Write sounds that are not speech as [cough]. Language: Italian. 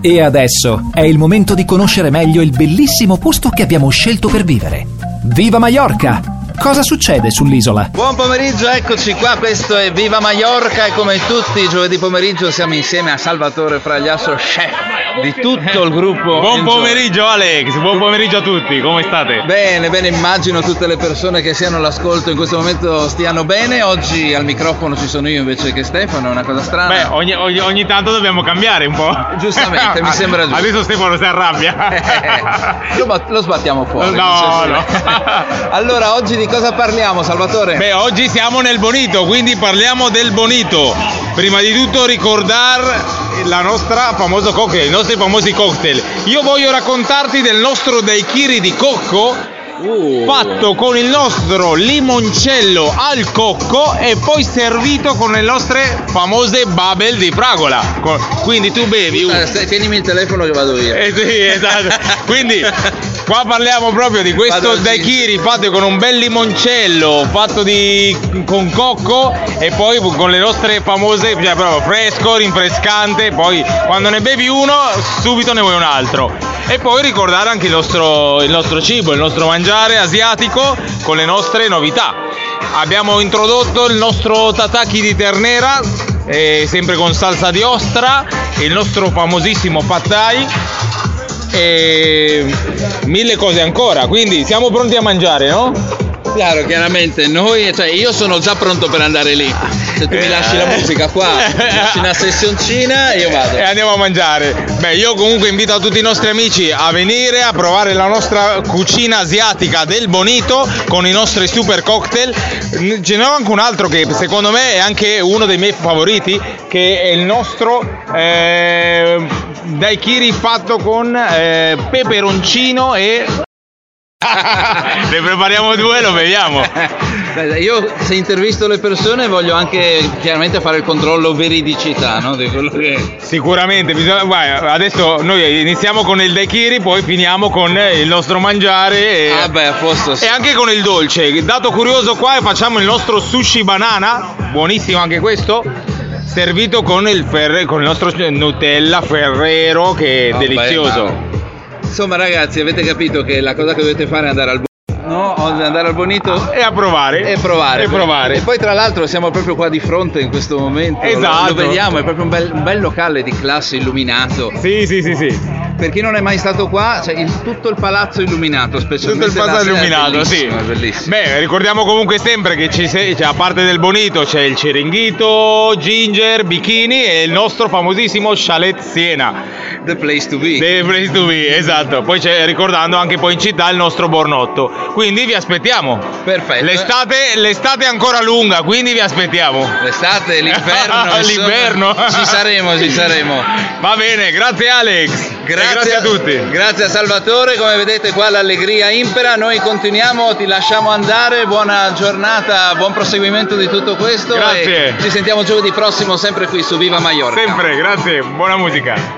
E adesso è il momento di conoscere meglio il bellissimo posto che abbiamo scelto per vivere. Viva Maiorca! Cosa succede sull'isola? Buon pomeriggio, eccoci qua, questo è Viva Maiorca e come tutti i giovedì pomeriggio siamo insieme a Salvatore Fragliasso, chef di tutto il gruppo. Buon in giro. pomeriggio Alex, buon pomeriggio a tutti, come state? Bene, bene, immagino tutte le persone che siano all'ascolto in questo momento stiano bene. Oggi al microfono ci sono io invece che Stefano, è una cosa strana. Beh, ogni, ogni- ogni tanto dobbiamo cambiare un po'. Giustamente, mi sembra giusto. [laughs] Adesso Stefano [laughs] si arrabbia. Eh, lo, bat- lo sbattiamo fuori. No, nel senso- no. [laughs] allora, oggi di cosa parliamo, Salvatore? Beh, oggi siamo nel Bonito, quindi parliamo del Bonito. Prima di tutto ricordare la nostra famoso cocktail, i nostri famosi cocktail. Io voglio raccontarti del nostro daiquiri di cocco fatto con il nostro limoncello al cocco e poi servito con le nostre famose bubble di fragola. Co- Quindi tu bevi un Eh, stai- tienimi il telefono che vado via. [laughs] eh sì, esatto. Quindi qua parliamo proprio di questo Vado al daiquiri fatto con un bel limoncello, fatto di, con cocco e poi con le nostre famose, cioè proprio fresco, rinfrescante, poi quando ne bevi uno subito ne vuoi un altro. E poi ricordare anche il nostro, il nostro cibo, il nostro mangiare asiatico con le nostre novità. Abbiamo introdotto il nostro tataki di ternera eh, sempre con salsa di ostra, il nostro famosissimo pad thai e mille cose ancora. Quindi siamo pronti a mangiare, no? Chiaro, chiaramente, noi, cioè io sono già pronto per andare lì. Se tu mi lasci Eh. la musica qua, mi lasci una sessioncina e io vado. E andiamo a mangiare. Beh, io comunque invito a tutti i nostri amici a venire a provare la nostra cucina asiatica del Bonito con i nostri super cocktail. Mm, Ce n'è anche un altro che secondo me è anche uno dei miei favoriti, che è il nostro eh, daiquiri fatto con eh, peperoncino e... [laughs] ne prepariamo due e lo beviamo. Eh. Beh, Io se intervisto le persone voglio anche chiaramente fare il controllo veridicità, no? Di quello che... Sicuramente, bisogna- vai, adesso noi iniziamo con il daiquiri, poi finiamo con eh, il nostro mangiare. E... Ah beh, a posto. sì. E Eh. anche con il dolce, dato curioso qua facciamo il nostro sushi banana, buonissimo anche questo, servito con il, ferre- con il nostro Nutella Ferrero che è Vabbè, delizioso. Ah, ma- Insomma ragazzi, avete capito che la cosa che dovete fare è andare al bonito, no? O Andare al bonito E a provare. e provare. E provare. E poi tra l'altro siamo proprio qua di fronte in questo momento. Lo- Lo, Esatto. vediamo, è proprio un bel, un bel locale di classe illuminato. Sì, sì, sì, sì. Per chi non è mai stato qua, cioè, il- tutto il palazzo è illuminato, Tutto specialmente il la pazzo sera è illuminato, sì. bellissimo, È bellissimo. Beh, ricordiamo comunque sempre che ci se- cioè, a parte del bonito c'è il Ciringhito, Ginger, Bikini e il nostro famosissimo Chalet Siena. The place to be. The place to be, esatto. Poi c'è, ricordando anche poi in città il nostro Bornotto. Quindi vi aspettiamo. Perfetto. L'estate, l'estate è ancora lunga, quindi vi aspettiamo. [laughs] L'estate, l'inverno. insomma, L'inverno. ci saremo, ci saremo. Va bene, grazie Alex. E [laughs] grazie a tutti. Grazie a Salvatore, come vedete qua l'allegria impera, noi continuiamo, ti lasciamo andare, buona giornata, buon proseguimento di tutto questo. e Grazie. ci sentiamo giovedì prossimo sempre qui su Viva Maiorca. Sempre, grazie. Buona musica.